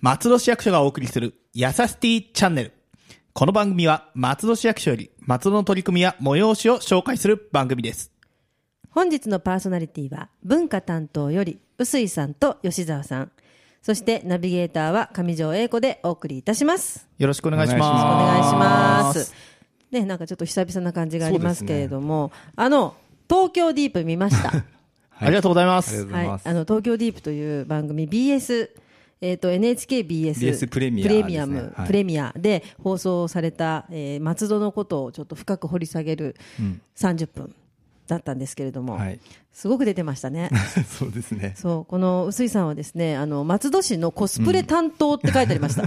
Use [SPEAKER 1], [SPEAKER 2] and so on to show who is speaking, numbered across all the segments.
[SPEAKER 1] 松戸市役所がお送りする、やさしティチャンネル。この番組は、松戸市役所より、松戸の取り組みや催しを紹介する番組です。
[SPEAKER 2] 本日のパーソナリティは文化担当より臼井さんと吉澤さんそしてナビゲーターは上条英子でお送りいたします
[SPEAKER 1] よろしくお願いします。
[SPEAKER 2] お願いしますねなんかちょっと久々な感じがありますけれども、あの東京ディープ見ま した
[SPEAKER 1] ありがとうございま
[SPEAKER 3] ありが
[SPEAKER 1] す
[SPEAKER 3] とう。ござ
[SPEAKER 2] はいい
[SPEAKER 3] ます。
[SPEAKER 2] あの東京ディープという番組 BS えー、と NHKBS
[SPEAKER 3] BS プレミア
[SPEAKER 2] プレミアム、
[SPEAKER 3] ですねはい
[SPEAKER 2] プレミアで放送された、えー松戸のことをちょっと深く掘り下げる30分だったんですけれども、
[SPEAKER 3] はい。
[SPEAKER 2] すごく出てましたね。
[SPEAKER 3] そうですね。
[SPEAKER 2] そう、この臼井さんはですね、あの、松戸市のコスプレ担当って書いてありました。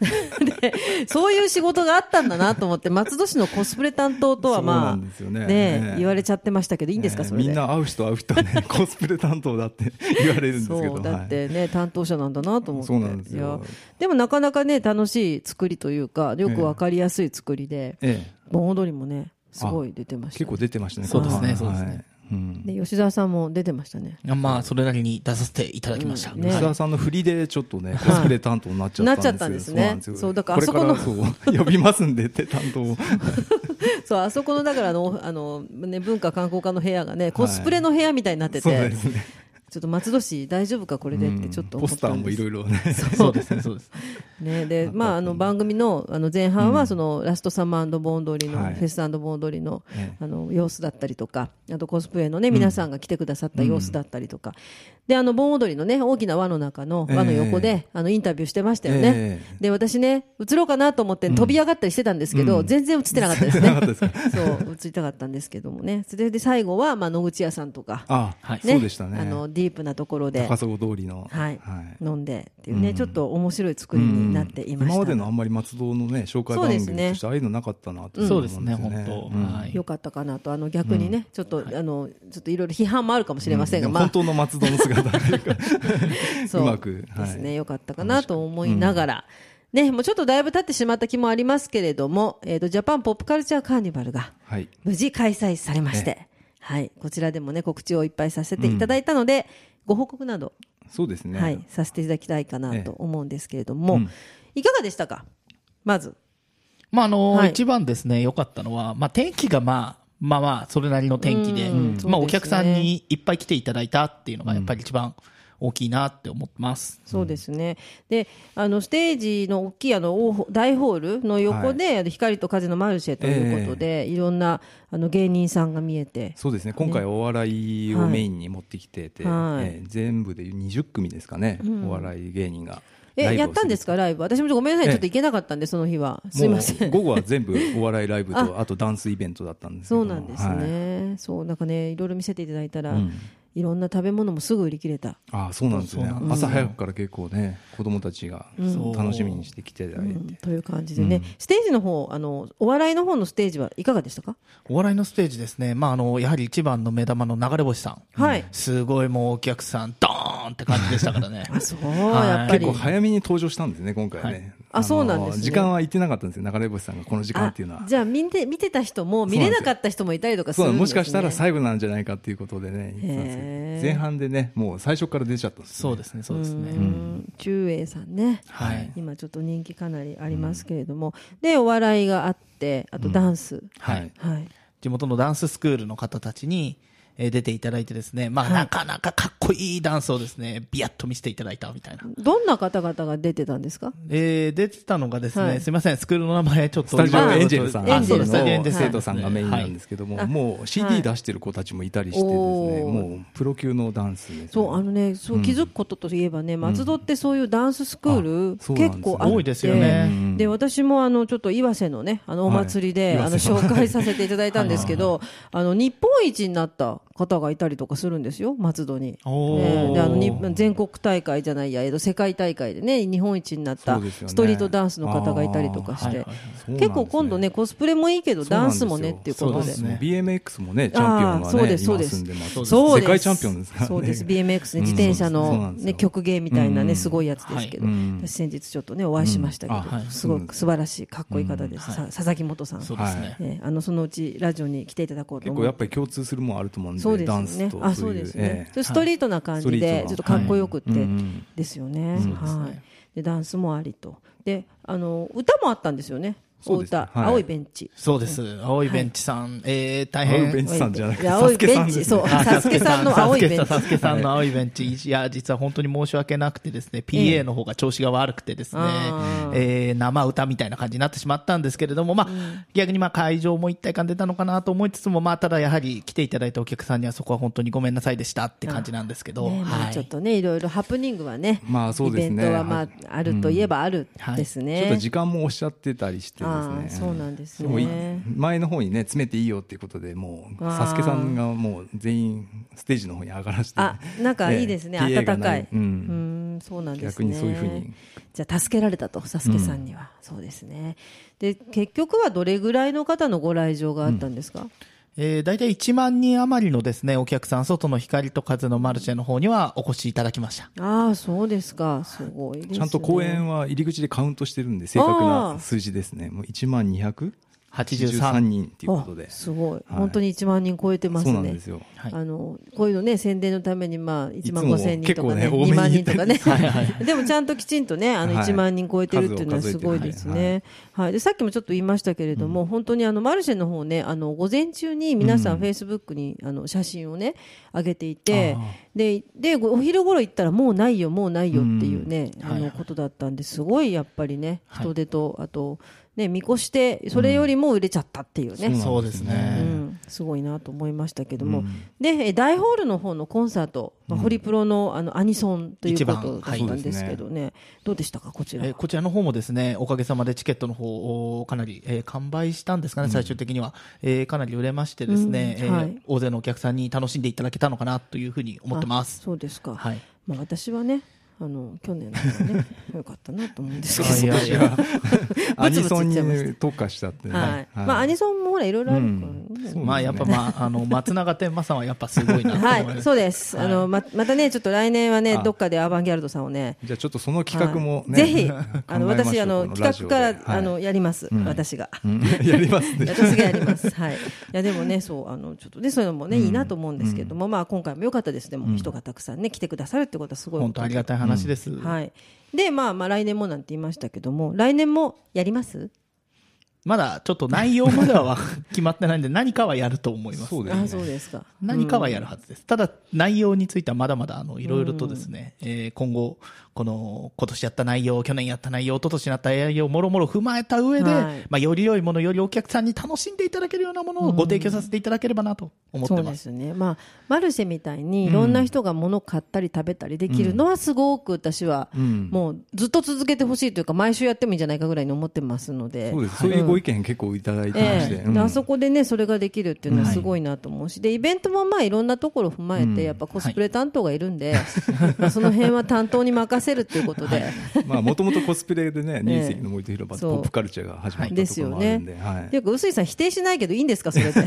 [SPEAKER 2] で、そういう仕事があったんだなと思って、松戸市のコスプレ担当とはまあ、
[SPEAKER 3] そうなんですよねね
[SPEAKER 2] 言われちゃってましたけど、いいんですか、
[SPEAKER 3] ね
[SPEAKER 2] それで。
[SPEAKER 3] みんな会う人会う人 はね、コスプレ担当だって 言われるんですけど。
[SPEAKER 2] そうだっ
[SPEAKER 3] はい
[SPEAKER 2] てね、担当者なんだなと思って
[SPEAKER 3] そうなんですよ
[SPEAKER 2] いやでもなかなかね楽しい作りというかよくわかりやすい作りで、
[SPEAKER 3] ええ
[SPEAKER 2] 盆踊りもねすごい出てました
[SPEAKER 3] 結構出てましたね。
[SPEAKER 1] そうですね
[SPEAKER 3] はい
[SPEAKER 1] そうですね。
[SPEAKER 3] うん
[SPEAKER 2] で吉澤さんも出てました ね
[SPEAKER 1] まあ、それなりに出させていただきました。
[SPEAKER 2] うんね
[SPEAKER 3] 吉沢さんの振りでちょっとね、コスプレ担当になっちゃったんですよ
[SPEAKER 2] なっちゃったんですね
[SPEAKER 3] そうなんですよ
[SPEAKER 2] そうだからあそこの
[SPEAKER 3] れからそう呼びますんでって担当を。
[SPEAKER 2] そうあそこのだからあのあの、ね、文化観光課の部屋がねコスプレの部屋みたいになってて、
[SPEAKER 3] そうですね。
[SPEAKER 2] ちょっと松戸市大丈夫かこれでってちょっと
[SPEAKER 3] ポ
[SPEAKER 2] 思っ
[SPEAKER 3] スタ
[SPEAKER 2] た
[SPEAKER 3] ー
[SPEAKER 2] ん
[SPEAKER 3] も
[SPEAKER 2] で
[SPEAKER 3] い
[SPEAKER 2] す、
[SPEAKER 3] ろいろね。
[SPEAKER 1] そうですね、そうです。
[SPEAKER 2] ねでまあ、あの番組のあの前半はそのラストサマー盆踊りの、
[SPEAKER 3] はい
[SPEAKER 2] フェス盆踊りの,、
[SPEAKER 3] ええ
[SPEAKER 2] あの様子だったりとかあとコスプレの、ね、皆さんが来てくださった様子だったりとか、であの盆踊りの、ね、大きな輪の中の輪の横で、
[SPEAKER 3] え
[SPEAKER 2] あのインタビューしてましたよね、
[SPEAKER 3] ええ
[SPEAKER 2] で私ね映ろうかなと思って飛び上がったりしてたんですけど、全然映ってなかったですね。
[SPEAKER 3] なかったですか
[SPEAKER 2] そう、映りたかったんですけどもね。それで最後は、まあ、野口屋さんとか、
[SPEAKER 3] あ、
[SPEAKER 1] はい
[SPEAKER 3] そうでしたね。
[SPEAKER 2] あの、ディープなところで、
[SPEAKER 3] 高砂通りの。
[SPEAKER 2] はい、飲んでっていうね、ちょっと面白い作りになっていました。
[SPEAKER 3] 今までのあんまり松戸のね紹介番組
[SPEAKER 2] そうですね
[SPEAKER 3] としてああいうのなかったなって
[SPEAKER 1] そ
[SPEAKER 3] 思
[SPEAKER 1] うんですね、本当。はい
[SPEAKER 2] よかったかなと、あの、逆にね、ちょっと、あの、ちょっといろいろ批判もあるかもしれませんが、
[SPEAKER 3] でも
[SPEAKER 2] まあ
[SPEAKER 3] 本、当の松戸の姿という か
[SPEAKER 2] そう
[SPEAKER 3] うまくはい
[SPEAKER 2] ですね、よかったかなと思いながら、ね、もうちょっとだいぶ経ってしまった気もありますけれども、えっ、と、ジャパンポップカルチャーカーニバルが、
[SPEAKER 3] はい
[SPEAKER 2] 無事開催されまして、はい、こちらでもね、告知をいっぱいさせていただいたので、ご報告など、
[SPEAKER 3] そうですね、
[SPEAKER 2] はい、させていただきたいかな
[SPEAKER 3] ええ
[SPEAKER 2] と思うんですけれども、いかがでしたかまず。
[SPEAKER 1] まあ、あの、
[SPEAKER 2] はい
[SPEAKER 1] 一番ですね、良かったのは、まあ、天気がまあ、まあまあ、それなりの天気で、
[SPEAKER 2] うん
[SPEAKER 1] まあ、
[SPEAKER 2] そうですね
[SPEAKER 1] お客さんにいっぱい来ていただいたっていうのが、やっぱり一番大きいなって思ってます。
[SPEAKER 2] そうですね。で、あの、ステージの大きいあの、大ホ大ホールの横で、あの光と風のマルシェということで、いろんな、あの、芸人さんが見えて、
[SPEAKER 3] そうですね今回お笑いをメインに持ってきてて、
[SPEAKER 2] はい
[SPEAKER 3] えー全部で20組ですかね、お笑い芸人がラ
[SPEAKER 2] え、
[SPEAKER 3] イブを
[SPEAKER 2] やったんですかライブ。私もちょっとごめんなさい。
[SPEAKER 3] ええ
[SPEAKER 2] ちょっと行けなかったんで、その日は。
[SPEAKER 3] す
[SPEAKER 2] すいません。
[SPEAKER 3] もう午後は全部お笑いライブとあとダンスイベントだったんですけ
[SPEAKER 2] そ
[SPEAKER 3] ど
[SPEAKER 2] うなんです
[SPEAKER 3] はい
[SPEAKER 2] ね、そうなんかねいろいろ見せていただいたら、
[SPEAKER 3] ん
[SPEAKER 2] いろんな食べ物もすぐ売り切れた
[SPEAKER 3] ああそうなんですね
[SPEAKER 1] そう
[SPEAKER 3] 朝早くから結構ね子供たちが
[SPEAKER 1] ん
[SPEAKER 3] 楽しみにしてきていただいて、
[SPEAKER 2] という感じでね、ステージの方あのお笑いの方のステージはいかがでしたか
[SPEAKER 1] お笑いのステージですね、まあ、あの、やはり一番の目玉の流れ星さん。
[SPEAKER 2] はい
[SPEAKER 1] すごいもうお客さん、ドーンって感じでしたからね。
[SPEAKER 2] あそう、
[SPEAKER 1] い
[SPEAKER 2] やっぱり
[SPEAKER 3] 結構早めに登場したんですね今回はね、
[SPEAKER 2] あ
[SPEAKER 3] の
[SPEAKER 2] そうなんですね
[SPEAKER 3] 時間は言ってなかったんですよ流れ星さんがこの時間っていうのは
[SPEAKER 2] あじゃあ見て見てた人も見れなかった人もいたりとかす
[SPEAKER 3] そう
[SPEAKER 2] る
[SPEAKER 3] なん
[SPEAKER 2] で
[SPEAKER 3] のも
[SPEAKER 2] す、
[SPEAKER 3] し
[SPEAKER 2] ね、
[SPEAKER 3] かしたら最後なんじゃないかっていうことでね言ってたんですけど
[SPEAKER 2] へー
[SPEAKER 3] 前半でねもう最初から出ちゃったんです
[SPEAKER 1] そうですね、そうです
[SPEAKER 2] う
[SPEAKER 1] ね。
[SPEAKER 2] ん中英さんね、
[SPEAKER 1] はい。
[SPEAKER 2] 今ちょっと人気かなりありますけれども、でお笑いがあってあとダンス、
[SPEAKER 1] はい
[SPEAKER 3] はい
[SPEAKER 2] はい
[SPEAKER 1] 地元のダンススクールの方たちに、えー出ていただいてですね、まあ、なかなかかっこいいダンスをですね、ビヤッと見せていただいたみたいな。
[SPEAKER 2] どんな方々が出てたんですか
[SPEAKER 1] えー、出てたのがですね、
[SPEAKER 2] はい
[SPEAKER 1] すみません、スクールの名前ちょっと。。
[SPEAKER 3] スタジオエンジェルさん
[SPEAKER 2] あエンジェル
[SPEAKER 3] の
[SPEAKER 2] さん
[SPEAKER 3] 生徒さんがメインなんですすけど
[SPEAKER 2] はい
[SPEAKER 3] も、もう CD 出してる子たちもいたりしてですね、
[SPEAKER 2] はい
[SPEAKER 3] もうプロ級のダンスですね。
[SPEAKER 2] そうあのねそう気づくことといえばね、松戸ってそういうダンススクール、
[SPEAKER 3] あそうなんです
[SPEAKER 2] 結
[SPEAKER 3] ね
[SPEAKER 2] 構あって
[SPEAKER 1] 多いですよね
[SPEAKER 2] うんで私もあのちょっと岩瀬のねあのお祭りで、
[SPEAKER 3] はい
[SPEAKER 2] あの
[SPEAKER 3] 岩瀬の
[SPEAKER 2] 紹介させていただいたんですけどあの日本一になった方がいたりとかするんですよ松戸に。
[SPEAKER 1] おー
[SPEAKER 2] ねであのに全国大会じゃないやえっと世界大会でね日本一になった
[SPEAKER 3] そうですよね
[SPEAKER 2] ストリートダンスの方がいたりとかして、
[SPEAKER 1] あーはいはい
[SPEAKER 3] はい
[SPEAKER 2] 結構今度ねコスプレもいいけど
[SPEAKER 3] そう
[SPEAKER 2] ダ
[SPEAKER 3] なん
[SPEAKER 2] ン
[SPEAKER 3] です
[SPEAKER 2] ス
[SPEAKER 3] よ
[SPEAKER 2] もねっていうこと
[SPEAKER 1] そう
[SPEAKER 2] で
[SPEAKER 1] で。すね
[SPEAKER 3] BMX もねチャンピオン
[SPEAKER 2] あー
[SPEAKER 3] が
[SPEAKER 2] そう
[SPEAKER 3] ね
[SPEAKER 2] ですそう
[SPEAKER 3] 今
[SPEAKER 2] です
[SPEAKER 3] 住んでます。
[SPEAKER 2] そうです
[SPEAKER 3] 世界チャンピオンですからね。
[SPEAKER 2] そうです。BMX ね、
[SPEAKER 3] うん
[SPEAKER 2] 自転車
[SPEAKER 3] そうな
[SPEAKER 2] の、
[SPEAKER 3] んですよ
[SPEAKER 2] ね、曲芸みたいなね、すごいやつですけど、
[SPEAKER 3] はいうん
[SPEAKER 2] 私先日ちょっとね、お会いしましたけど、
[SPEAKER 3] うんあはい
[SPEAKER 2] すごく素晴らしい、かっこいい方です。さ佐々木元さん。
[SPEAKER 1] そうですね。
[SPEAKER 2] えーあの、そのうちラジオに来ていただこうと
[SPEAKER 3] 結
[SPEAKER 2] 思
[SPEAKER 3] 構やっ
[SPEAKER 2] う。
[SPEAKER 3] ぱり共通するもんあると思うんで、で
[SPEAKER 2] そうです
[SPEAKER 3] ダ
[SPEAKER 2] よ
[SPEAKER 3] ンス
[SPEAKER 2] ね
[SPEAKER 3] と。
[SPEAKER 2] あ、そうですね。ち
[SPEAKER 3] え
[SPEAKER 2] ょっとストリートな感じ
[SPEAKER 3] ストリー
[SPEAKER 2] で
[SPEAKER 3] ト、な
[SPEAKER 2] ちょっとかっこよくって
[SPEAKER 3] はいうんうん、
[SPEAKER 2] ですよね。
[SPEAKER 3] そうですね
[SPEAKER 2] はい。で、ダンスもありと。で、あの、歌もあったんですよね。
[SPEAKER 3] そ
[SPEAKER 2] お
[SPEAKER 3] うですね
[SPEAKER 2] 歌、
[SPEAKER 3] はい
[SPEAKER 2] 青いベンチ。
[SPEAKER 1] そうです。青いベンチさん、えー、大
[SPEAKER 3] 青い
[SPEAKER 1] 変
[SPEAKER 3] ベン。チさんじゃなくて
[SPEAKER 2] いや青いベンチ
[SPEAKER 3] サスケさんですね
[SPEAKER 2] そうサスケさんの青いベンチ
[SPEAKER 1] サスケさんの青いベンチ。いや、実は本当に申し訳なくてですね、PA の方が調子が悪くてですね
[SPEAKER 2] あ、
[SPEAKER 1] えー生歌みたいな感じになってしまったんですけれども、まあ、逆にまあ会場も一体感出たのかなと思いつつも、まあ、ただやはり来ていただいたお客さんにはそこは本当にごめんなさいでしたって感じなんですけど、
[SPEAKER 2] ね、ま
[SPEAKER 1] は
[SPEAKER 2] あ
[SPEAKER 1] い
[SPEAKER 2] ちょっとね、いろいろハプニングはね、
[SPEAKER 3] まあそうですね
[SPEAKER 2] イベントはまあ、あるといえばある
[SPEAKER 1] はい
[SPEAKER 2] です
[SPEAKER 3] え
[SPEAKER 2] ね。
[SPEAKER 3] ちょっと時間もおっしゃってたりしてです
[SPEAKER 2] あ
[SPEAKER 3] ね
[SPEAKER 2] あ、。そうなんです
[SPEAKER 3] もうい
[SPEAKER 2] ね。
[SPEAKER 3] 前の方にね詰めていいよっていうことでもう
[SPEAKER 2] あー
[SPEAKER 3] サスケさんがもう全員ステージの方に上がらして
[SPEAKER 2] あ、なんかいいですね、
[SPEAKER 3] ええ
[SPEAKER 2] 暖か。
[SPEAKER 3] PA がないう
[SPEAKER 2] うんん、そうなんですね。
[SPEAKER 3] 逆にそういうふうに。
[SPEAKER 2] じゃあ助けられたと、サスケさんには、そうですね。で、結局はどれぐらいの方のご来場があったんですか。
[SPEAKER 1] えー、大体1万人余りのですね、お客さん、外の光と風のマルシェの方にはお越しいただきました。
[SPEAKER 2] ああ、そうですか、すごいです、ね。
[SPEAKER 3] ちゃんと公演は入り口でカウントしてるんで正確な数字ですねもう1万283
[SPEAKER 1] 83
[SPEAKER 3] 人っていうことで
[SPEAKER 2] あすごい、
[SPEAKER 3] はい
[SPEAKER 2] 本当に1万人超えてますね。
[SPEAKER 3] そうなんですよ
[SPEAKER 1] はい
[SPEAKER 2] あのこういうのね宣伝のためにまあ1万
[SPEAKER 3] いつも
[SPEAKER 2] 5千人とかね
[SPEAKER 3] 結構ね
[SPEAKER 2] 2万人とかね
[SPEAKER 3] 多め
[SPEAKER 2] でもちゃんときちんとねあの
[SPEAKER 3] はい
[SPEAKER 2] 1万人超えてるっていうのはすごいですね、
[SPEAKER 3] 数を数えて
[SPEAKER 2] はいでさっきもちょっと言いましたけれども、本当にあのマルシェの方ねあの午前中に皆さんフェイスブックにあの写真をね上げていて、ででお昼頃行ったらもうないよもうないよっていうね、
[SPEAKER 1] ん
[SPEAKER 2] あ
[SPEAKER 1] はいは
[SPEAKER 2] の
[SPEAKER 1] い
[SPEAKER 2] ことだったんですごいやっぱりね
[SPEAKER 1] はい
[SPEAKER 2] 人手と、あとね見越してそれよりも売れちゃったっていうね、
[SPEAKER 1] そうです
[SPEAKER 2] う
[SPEAKER 1] ね。
[SPEAKER 2] ん、すごいなと思いましたけども、でえ大ホールの方のコンサート、まあ、ホリプロのあのアニソンということだったんですけどね、どうでしたか、こちら
[SPEAKER 1] えー
[SPEAKER 2] は。
[SPEAKER 1] こちらの方もですね、おかげさまでチケットの方をかなり、えー完売したんですかね、最終的には。えーかなり売れましてですね、
[SPEAKER 2] うんはい
[SPEAKER 1] えー大勢のお客さんに楽しんでいただけたのかなというふうに思ってます。
[SPEAKER 2] あそうですか、
[SPEAKER 1] はい
[SPEAKER 2] まあ、私はねあの去年の方ねよかったなと思うんですけ
[SPEAKER 1] い
[SPEAKER 2] ど
[SPEAKER 1] やい や、
[SPEAKER 3] ア
[SPEAKER 2] ブツブ
[SPEAKER 3] ニ
[SPEAKER 2] ツ
[SPEAKER 3] ソ
[SPEAKER 2] 言
[SPEAKER 3] ン
[SPEAKER 2] っちゃいました
[SPEAKER 3] に特化したってね
[SPEAKER 2] はいまあ、アニソンもほらいろいろあるからね、
[SPEAKER 3] うん
[SPEAKER 1] まあやっぱまあ、あ の、松永天馬さんはやっぱすごいなと思い
[SPEAKER 2] は
[SPEAKER 1] ま
[SPEAKER 2] い、
[SPEAKER 1] す。
[SPEAKER 2] そうです、あのままたね、ちょっと来年はね
[SPEAKER 3] あ、
[SPEAKER 2] どっかでアバンギャルドさんをね、
[SPEAKER 3] じゃあちょっとその企画もね、
[SPEAKER 2] はいぜひ
[SPEAKER 3] 考えましょう
[SPEAKER 2] あの私あの
[SPEAKER 3] こラ
[SPEAKER 2] 企
[SPEAKER 3] ジ
[SPEAKER 2] 画
[SPEAKER 3] オ
[SPEAKER 2] から、
[SPEAKER 3] で
[SPEAKER 2] あのやります、
[SPEAKER 3] うん
[SPEAKER 2] 私が。
[SPEAKER 3] はいうん やりますね。
[SPEAKER 2] 私がやります。はい。いや、でもね、そう、あの、ちょっとね、そういうのもね、いいなと思うんですけども、まあ、今回も良かったです。でも、人がたくさんね、来てくださるってことはすごい
[SPEAKER 1] 本
[SPEAKER 2] こと
[SPEAKER 1] 当ありがたい話です。
[SPEAKER 2] はい。で、まあ、まあ、来年もなんて言いましたけども、来年もやります
[SPEAKER 1] まだちょっと内容までは決まってないんで、何かはやると思います。
[SPEAKER 3] そうですね。
[SPEAKER 2] あ、そうですか。
[SPEAKER 1] 何かはやるはずです。ただ、内容についてはまだまだ、あの、いろいろとですね、えー今後、この、今年やった内容、去年やった内容、一昨年やった内容、もろもろ踏まえた上で、
[SPEAKER 2] はい
[SPEAKER 1] まあ、より良いもの、よりお客さんに楽しんでいただけるようなものをご提供させていただければなと思って
[SPEAKER 2] そう
[SPEAKER 1] ま。
[SPEAKER 2] ですすね。まあ、マルシェみたいに、いろんな人が物を買ったり食べたりできるのは、すごく私は、
[SPEAKER 3] ん
[SPEAKER 2] もう、ずっと続けてほしいというか、毎週やってもいいんじゃないかぐらいに思ってますので。
[SPEAKER 3] そうです。そういうご意見結構いただいてまして、
[SPEAKER 2] ええ
[SPEAKER 3] うん
[SPEAKER 2] であそこでねそれができるっていうのはすごいなと思うし、でイベントもまあいろんなところを踏まえて、やっぱコスプレ担当がいるんで、まあその辺は担当に任せるっていうことで、
[SPEAKER 3] まあもともとコスプレでね、
[SPEAKER 2] ええ
[SPEAKER 3] 二席の森と広場で
[SPEAKER 2] そう
[SPEAKER 3] ポップカルチャーが始まった
[SPEAKER 2] で
[SPEAKER 3] と
[SPEAKER 2] す
[SPEAKER 3] ころ
[SPEAKER 2] よ
[SPEAKER 3] もある
[SPEAKER 2] ね
[SPEAKER 3] んで、はい。
[SPEAKER 2] よく臼井さん否定しないけどいいんですかそれ ってコ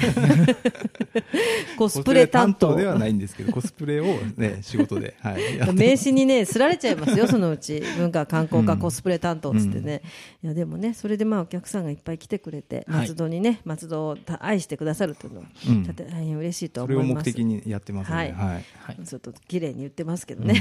[SPEAKER 3] コ
[SPEAKER 2] スプレ担当
[SPEAKER 3] ではないん ですけど、コスプレをね仕事で、はい。やって
[SPEAKER 2] 名刺にね、すられちゃいますよ、そのうち。文化観光課コスプレ担当っつってね。いや、でもね、それでまあお客さんがいっぱい来てくれて、
[SPEAKER 1] はい
[SPEAKER 2] 松戸にね、松戸を愛してくださるというのは、だって大変嬉しいとは
[SPEAKER 3] そ
[SPEAKER 2] 思
[SPEAKER 3] れ
[SPEAKER 2] い
[SPEAKER 3] を
[SPEAKER 2] ます。
[SPEAKER 3] 目的にやってますので、
[SPEAKER 2] は
[SPEAKER 3] はい。
[SPEAKER 1] はい。
[SPEAKER 2] ちょっと綺麗に言ってますけどね。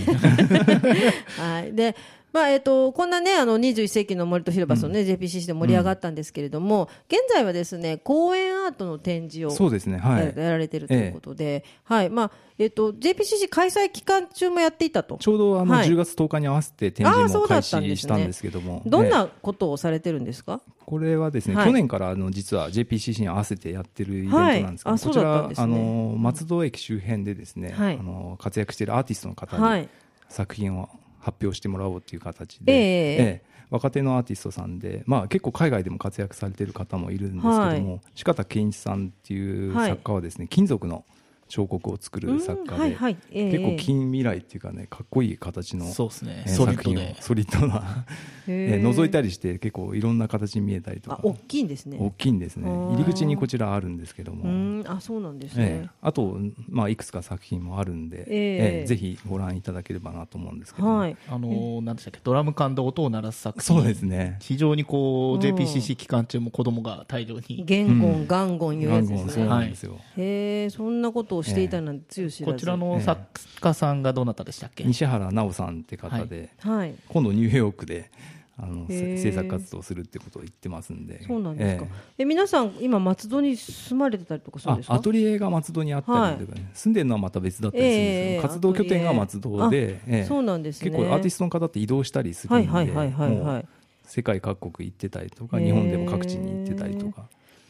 [SPEAKER 2] はい。で、まあ、えっ、と、こんなね、あの、21世紀の森と広場、そのね、JPCC で盛り上がったんですけれども、現在はですね、公園アートの展示を、
[SPEAKER 3] そうですね、は
[SPEAKER 2] や
[SPEAKER 3] い。
[SPEAKER 2] やられてるということで、はい。まあ、えっ、と、JPCC 開催期間中もやっていたと
[SPEAKER 3] ち。ょうどあの
[SPEAKER 2] はい
[SPEAKER 3] 10月10日に合わせて展
[SPEAKER 2] ああ
[SPEAKER 3] 示
[SPEAKER 2] そ
[SPEAKER 3] も
[SPEAKER 2] うだっ
[SPEAKER 3] 開
[SPEAKER 2] たんですね
[SPEAKER 3] 始したんですけども、
[SPEAKER 2] どん
[SPEAKER 3] ね
[SPEAKER 2] なことをされてるんですか、
[SPEAKER 3] これはですね、
[SPEAKER 2] はい
[SPEAKER 3] 去年からあの実は JPCC に合わせてやってるイベントなんですけど、
[SPEAKER 2] はいあ
[SPEAKER 3] こ
[SPEAKER 2] そ
[SPEAKER 3] ち
[SPEAKER 2] うだったん
[SPEAKER 3] ら、
[SPEAKER 2] ですね
[SPEAKER 3] あの松戸駅周辺でですね、
[SPEAKER 2] はい
[SPEAKER 3] あの活躍しているアーティストの方
[SPEAKER 2] は
[SPEAKER 3] に
[SPEAKER 2] い。
[SPEAKER 3] 作品を発表してもらおうという形で、
[SPEAKER 2] ええ
[SPEAKER 3] え若手のアーティストさんで、まあ、結構海外でも活躍されている方もいるんですけども、
[SPEAKER 2] はい
[SPEAKER 3] 四方健一さんっていう
[SPEAKER 2] はい
[SPEAKER 3] 作家はですね、金属の彫刻を作る作家
[SPEAKER 2] うんはい
[SPEAKER 3] で、
[SPEAKER 2] はいええ
[SPEAKER 3] 結構近未来っていうかねかっこいい形の
[SPEAKER 1] そうですね。
[SPEAKER 3] えー
[SPEAKER 1] ソリッ
[SPEAKER 3] 作
[SPEAKER 1] ド
[SPEAKER 3] 品
[SPEAKER 1] で
[SPEAKER 3] を。ソリッドな、
[SPEAKER 2] へ
[SPEAKER 3] え
[SPEAKER 2] ー
[SPEAKER 3] ー覗いたりして結構いろんな形に見えたりと
[SPEAKER 2] あ
[SPEAKER 3] か、
[SPEAKER 2] 大きいんですね。
[SPEAKER 3] 大きいんですね
[SPEAKER 2] あー
[SPEAKER 3] 入り口にこちらあるんですけど
[SPEAKER 2] う
[SPEAKER 3] も、
[SPEAKER 2] ーん、あ、そうなんです
[SPEAKER 3] ええ
[SPEAKER 2] ね。
[SPEAKER 3] あと、まあ、いくつか作品もあるんで、
[SPEAKER 2] ええ
[SPEAKER 3] ええぜひご覧いただければなと思うんですけども、
[SPEAKER 2] はい。
[SPEAKER 1] あのー、なんでしたっけ、ドラム缶で音を鳴らす作品。
[SPEAKER 3] そうですね
[SPEAKER 1] 非常にこう、
[SPEAKER 2] うん
[SPEAKER 1] JPCC 期間中も子供が大量に。
[SPEAKER 2] 言語、ガンゴン言うやつで
[SPEAKER 3] 元
[SPEAKER 2] す
[SPEAKER 3] 号そ
[SPEAKER 2] ね。
[SPEAKER 3] うなんですよ、
[SPEAKER 2] へえ、そんなことことをしていたなんてつゆ知らず
[SPEAKER 1] こちらの作家さんがどなたでしたっけ、
[SPEAKER 3] 西原奈緒さんって方で、
[SPEAKER 2] はい
[SPEAKER 3] 今度ニューヨークであ
[SPEAKER 2] へ
[SPEAKER 3] の
[SPEAKER 2] ー
[SPEAKER 3] せ制作活動をするってことを言ってますんで
[SPEAKER 2] そうなんですか
[SPEAKER 3] ええ、
[SPEAKER 2] え皆さん今松戸に住まれてたりとかするん
[SPEAKER 3] あ
[SPEAKER 2] ですか
[SPEAKER 3] アトリエが松戸にあったりとかね、住んでるのはまた別だったりするんですけど、
[SPEAKER 2] ええ
[SPEAKER 3] 活動拠点が松戸
[SPEAKER 2] アトリエ
[SPEAKER 3] で、ええ
[SPEAKER 2] そうなんですね
[SPEAKER 3] 結構アーティストの方って移動したりする
[SPEAKER 2] は
[SPEAKER 3] ん
[SPEAKER 2] い
[SPEAKER 3] で、
[SPEAKER 2] はいはいはい
[SPEAKER 3] も
[SPEAKER 2] は
[SPEAKER 3] う
[SPEAKER 2] い
[SPEAKER 3] 世界各国行ってたりとか、
[SPEAKER 2] へー
[SPEAKER 3] 日本でも各地に行ってたりとか、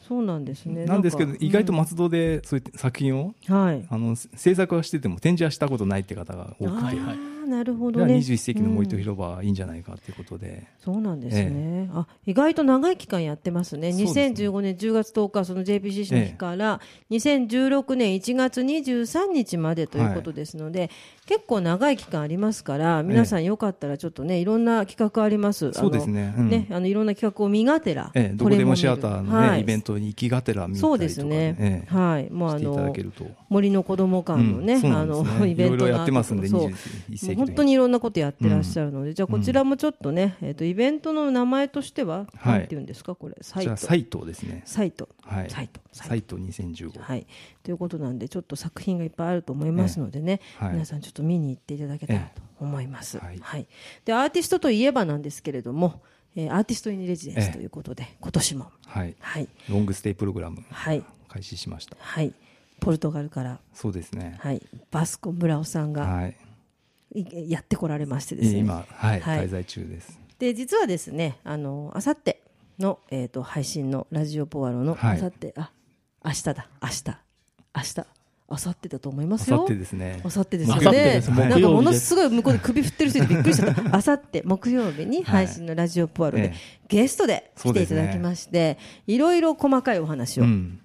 [SPEAKER 2] そうなんですね
[SPEAKER 3] なんですけど、
[SPEAKER 2] か
[SPEAKER 3] 意外と松戸でそういった作品を、
[SPEAKER 2] うんはい
[SPEAKER 3] あの制作はしてても展示はしたことないって方が多く
[SPEAKER 1] は
[SPEAKER 3] て
[SPEAKER 1] い。はい
[SPEAKER 2] あーなるほ
[SPEAKER 3] じゃ
[SPEAKER 2] ど
[SPEAKER 3] あ
[SPEAKER 2] ね
[SPEAKER 3] 21世紀の森と
[SPEAKER 2] うん
[SPEAKER 3] 広場はいいんじゃないかっていうことで、
[SPEAKER 2] そうなんです
[SPEAKER 3] え
[SPEAKER 2] ね、あ意外と長い期間やってますね、
[SPEAKER 3] そうですね
[SPEAKER 2] 2015年10月10日、その JPCC の日から、2016年1月23日までということですので、結構長い期間ありますから、皆さんよかったらちょっとね、いろんな企画あります、
[SPEAKER 3] そうですね,、うん
[SPEAKER 2] ねあのいろんな企画を見がてら、
[SPEAKER 3] ええ、どこでもシアターの、ね
[SPEAKER 2] はい
[SPEAKER 3] イベントに行きがてら見たりと
[SPEAKER 2] そう
[SPEAKER 3] か、
[SPEAKER 2] で
[SPEAKER 3] ね
[SPEAKER 2] すね、
[SPEAKER 3] ええ
[SPEAKER 2] はい、もうあ
[SPEAKER 3] していただ
[SPEAKER 2] の
[SPEAKER 3] けると。
[SPEAKER 2] 森の子ども館のね、
[SPEAKER 3] うんそうな
[SPEAKER 2] あ
[SPEAKER 3] んです
[SPEAKER 2] の
[SPEAKER 3] ね
[SPEAKER 2] イベント
[SPEAKER 3] いろいろ
[SPEAKER 2] の
[SPEAKER 3] やってますんで、
[SPEAKER 2] そう
[SPEAKER 3] 21世
[SPEAKER 2] もう
[SPEAKER 3] 紀
[SPEAKER 2] 本当にいろんなことやってらっしゃるので、じゃあこちらもちょっとね、えっ、とイベントの名前としては、
[SPEAKER 3] はい
[SPEAKER 2] なんていうんですかこれサイ
[SPEAKER 3] じゃ
[SPEAKER 2] ト
[SPEAKER 3] あ、サイトですね。
[SPEAKER 2] サイト
[SPEAKER 3] はい。
[SPEAKER 2] サイトサイト
[SPEAKER 3] サイト2015。
[SPEAKER 2] はいということなんでちょっと作品がいっぱいあると思いますのでね、
[SPEAKER 3] ええはい
[SPEAKER 2] 皆さんちょっと見に行っていただけたらと思います、
[SPEAKER 3] ええはい
[SPEAKER 2] はい、でアーティストといえばなんですけれども、えーアーティスト・イン・レジデン
[SPEAKER 3] え
[SPEAKER 2] ス
[SPEAKER 3] え
[SPEAKER 2] ということで、今年も
[SPEAKER 3] はい。
[SPEAKER 2] はい
[SPEAKER 3] ロングステイプログラム
[SPEAKER 2] はい
[SPEAKER 3] 開始しました。
[SPEAKER 2] はいポルトガルから、
[SPEAKER 3] そうですね。
[SPEAKER 2] はい、バスコ村尾さんが
[SPEAKER 3] はい。
[SPEAKER 2] いやってこられましてですね
[SPEAKER 3] 今、はい、
[SPEAKER 2] はい
[SPEAKER 3] 滞在中です。
[SPEAKER 2] で実はですねあのあさっての、えー、と配信のラジオポワロの、
[SPEAKER 3] はい
[SPEAKER 2] あさってあ明日だ明日明日あさってだと思いま
[SPEAKER 3] あ
[SPEAKER 2] す
[SPEAKER 3] さ
[SPEAKER 2] よ
[SPEAKER 3] ってですね。
[SPEAKER 2] あさってです
[SPEAKER 1] あ
[SPEAKER 2] よ
[SPEAKER 1] さって
[SPEAKER 2] ね
[SPEAKER 1] です
[SPEAKER 2] なん
[SPEAKER 1] 木
[SPEAKER 2] か
[SPEAKER 1] 曜
[SPEAKER 2] も
[SPEAKER 1] 日
[SPEAKER 2] の
[SPEAKER 1] です
[SPEAKER 2] すごい向こうで首振ってる人にびっくり しちゃったあさって木曜日に配信のラジオポワロ
[SPEAKER 3] は
[SPEAKER 2] で
[SPEAKER 3] い
[SPEAKER 2] ゲストで来ていただきまして、いろいろ細かいお話を
[SPEAKER 3] うん。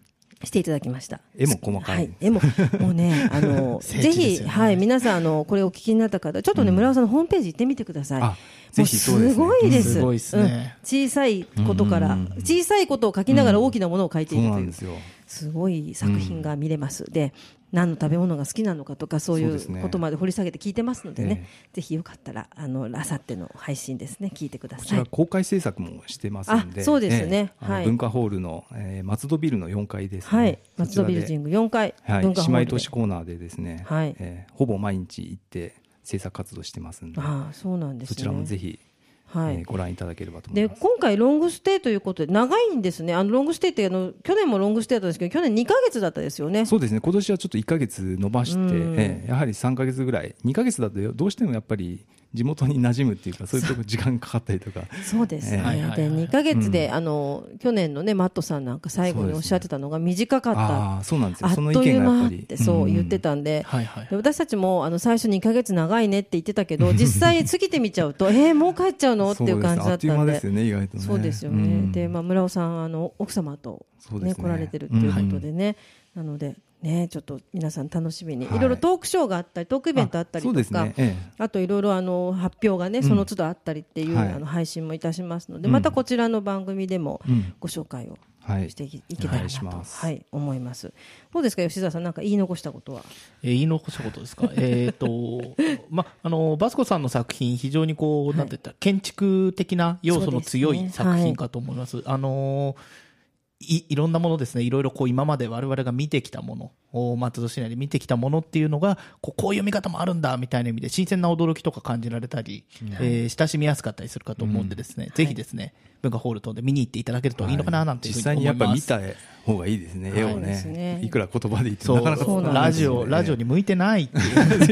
[SPEAKER 2] していただきました。
[SPEAKER 3] 絵も細かい
[SPEAKER 2] はい、絵も、もうね、あ の、
[SPEAKER 1] 聖地
[SPEAKER 2] ぜ
[SPEAKER 1] です
[SPEAKER 2] ひ、
[SPEAKER 1] よね
[SPEAKER 2] はい、皆さん、あの、これお聞きになった方、ちょっとね、村尾さんのホームページ行ってみてください。
[SPEAKER 3] あ
[SPEAKER 2] も
[SPEAKER 3] ぜひそうですね
[SPEAKER 2] ごいです。
[SPEAKER 1] うんすごいですね
[SPEAKER 2] うん小さいことから、
[SPEAKER 3] うんうんうん
[SPEAKER 2] 小さいことを書きながら大きなものを書いて
[SPEAKER 3] そ
[SPEAKER 2] いうる
[SPEAKER 3] な
[SPEAKER 2] とい
[SPEAKER 3] ん
[SPEAKER 2] う、
[SPEAKER 3] ですよ。
[SPEAKER 2] すごい作品が見れます。で、何の食べ物が好きなのかとか、そうい
[SPEAKER 3] そうです
[SPEAKER 2] う
[SPEAKER 3] ね
[SPEAKER 2] ことまで掘り下げて聞いてますのでね
[SPEAKER 3] え、
[SPEAKER 2] ぜひよかったら、あの、あさっての配信ですね、聞いてくだ
[SPEAKER 3] こ
[SPEAKER 2] さ
[SPEAKER 3] ち
[SPEAKER 2] い。
[SPEAKER 3] ら公開制作もしてますんで、
[SPEAKER 2] あそうですね
[SPEAKER 3] ええあの
[SPEAKER 2] はい
[SPEAKER 3] 文化ホールの、えー松戸ビルの4階ですね、
[SPEAKER 2] はい、松戸ビルジ
[SPEAKER 3] ン
[SPEAKER 2] ング4階、
[SPEAKER 3] はい、
[SPEAKER 2] 文化ホールで
[SPEAKER 3] 姉妹都市コーナーでですね、
[SPEAKER 2] はい
[SPEAKER 3] えーほぼ毎日行って制作活動してますんで、
[SPEAKER 2] ああ、そうなんですね。
[SPEAKER 3] そちらもぜひ、
[SPEAKER 2] はい
[SPEAKER 3] えーご覧いただければと思い
[SPEAKER 2] で
[SPEAKER 3] ます。
[SPEAKER 2] 今回、ロングステイということで、長いんですね、あのロングステイってあの、去年もロングステイだったんですけど、去年2か月だったですよね、
[SPEAKER 3] そうですね今年はちょっと1か月延ばして、
[SPEAKER 2] うん
[SPEAKER 3] ええやはり3か月ぐらい、2か月だとどうしてもやっぱり地元に馴染むっていうか、そういうとこ時間かかった りとか、
[SPEAKER 2] そうです
[SPEAKER 3] ええ
[SPEAKER 1] はいはい
[SPEAKER 2] ね
[SPEAKER 1] は、い
[SPEAKER 2] で2か月で、あの去年のね、マットさんなんか、最後
[SPEAKER 3] そう
[SPEAKER 2] に
[SPEAKER 3] ですね
[SPEAKER 2] おっしゃってたのが、短かった、
[SPEAKER 3] ああ、そうなんですよ、
[SPEAKER 2] あっ
[SPEAKER 3] その意
[SPEAKER 2] とい
[SPEAKER 3] 見
[SPEAKER 2] う
[SPEAKER 3] がやっ
[SPEAKER 2] 間
[SPEAKER 3] ぱ
[SPEAKER 2] っ
[SPEAKER 3] り
[SPEAKER 2] て、。そう言って
[SPEAKER 3] た
[SPEAKER 2] たんで。
[SPEAKER 1] はいはい
[SPEAKER 2] で私たちもあの最初2か月長いねって言ってたけ ど実際過ぎてみちゃうとえー、もう帰っちゃうのっていう感じだったんで
[SPEAKER 3] あっという間ですよね、意外とね。
[SPEAKER 2] そうですよね、
[SPEAKER 3] うん
[SPEAKER 2] で、まあ、村尾さんあの奥様と、
[SPEAKER 3] そう
[SPEAKER 2] ね
[SPEAKER 3] ですね
[SPEAKER 2] 来られてるということでね、なので、ね、ちょっと皆さん楽しみに、
[SPEAKER 3] はい
[SPEAKER 2] い、ろいろトークショーがあったりトークイベントあったりと
[SPEAKER 3] そうです
[SPEAKER 2] か。
[SPEAKER 3] ね、ええ
[SPEAKER 2] あといろいろあの発表がねその都度あったりっていう、
[SPEAKER 3] はい
[SPEAKER 2] あの配信もいたしますので、
[SPEAKER 3] うん
[SPEAKER 2] またこちらの番組でも
[SPEAKER 3] うん
[SPEAKER 2] ご紹介を
[SPEAKER 3] はい
[SPEAKER 2] していいけたらなと、
[SPEAKER 3] お願いし
[SPEAKER 2] は
[SPEAKER 3] ま
[SPEAKER 2] い
[SPEAKER 3] す
[SPEAKER 2] 思いますどうですか吉澤さんなんか言い残したことは
[SPEAKER 1] えー、言い残したことです か、えーとま、あのバスコさんの作品、非常にこう、なんて言ったら建築的な要素の強
[SPEAKER 2] そうで
[SPEAKER 1] い
[SPEAKER 2] すね
[SPEAKER 1] 作品かと思います。あのーいいろんなものですね、いろいろこう今まで我々が見てきたもの、お松戸市内で見てきたものっていうのが、こうこういう見方もあるんだみたいな意味で、新鮮な驚きとか感じられたり、えー親しみやすかったりするかと思うんで、ですね、ぜひですね、文化ホール等で見に行っていただけるといいのかななんていうふう
[SPEAKER 3] 実
[SPEAKER 1] に思い
[SPEAKER 3] 際
[SPEAKER 1] ます。
[SPEAKER 3] にやっぱ見た方がいいですね、絵を
[SPEAKER 2] そうですね
[SPEAKER 3] ね。いくら言葉で言って
[SPEAKER 1] そ
[SPEAKER 3] も
[SPEAKER 1] う
[SPEAKER 3] なかなか
[SPEAKER 2] そうなんですよ
[SPEAKER 1] ラジオ、ラジオに向いてないって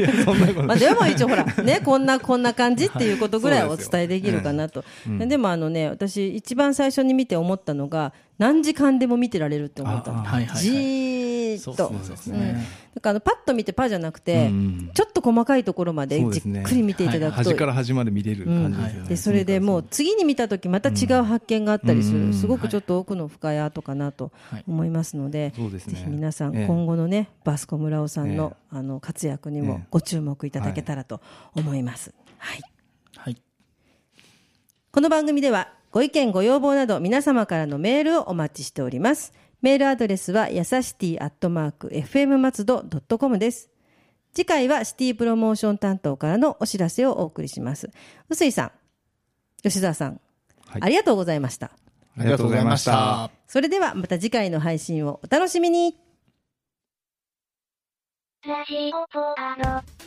[SPEAKER 1] いう
[SPEAKER 2] まあ、でも一応ほら、ね、こんな、こんな感じっていうことぐらいはお伝えできるかなと。でもあのね、私一番最初に見て思ったのが、何時間でも見てられるって思ったの
[SPEAKER 3] あ
[SPEAKER 1] はいはいはい
[SPEAKER 2] じーっ
[SPEAKER 1] そ
[SPEAKER 2] と。
[SPEAKER 1] うそうそう
[SPEAKER 2] うんだからあのパッと見てパーじゃなくて
[SPEAKER 3] うん、
[SPEAKER 2] ちょっと細かいところまで
[SPEAKER 3] そうで
[SPEAKER 2] じ
[SPEAKER 3] すね
[SPEAKER 2] っくり見ていただくと
[SPEAKER 3] 端。から端まで見れる
[SPEAKER 2] うん
[SPEAKER 3] 感じですよね。
[SPEAKER 2] でそれでもう次に見た時また違う発見があったりす
[SPEAKER 3] う
[SPEAKER 2] る
[SPEAKER 3] ん
[SPEAKER 2] すごくちょっと奥の深いアートかなと
[SPEAKER 1] はい
[SPEAKER 2] 思いますので,、
[SPEAKER 3] そうですね
[SPEAKER 2] ぜひ皆さん
[SPEAKER 3] ええ
[SPEAKER 2] 今後のね、バスコ村尾さんの,、
[SPEAKER 3] え
[SPEAKER 2] あの活躍に
[SPEAKER 3] え
[SPEAKER 2] も
[SPEAKER 3] え
[SPEAKER 2] ご注目いただけたらと思います。はい
[SPEAKER 1] はい。
[SPEAKER 2] この番組ではご意見ご要望など皆様からのメールをお待ちしております。メールアドレスはやさしティアットマーク FM 松戸ドットコムです。次回はシティプロモーション担当からのお知らせをお送りします。臼井さん、吉澤さん、
[SPEAKER 3] はい
[SPEAKER 2] ありがとうございました。
[SPEAKER 3] ありがとうございました。
[SPEAKER 2] それではまた次回の配信をお楽しみに。
[SPEAKER 4] ラジオポアド。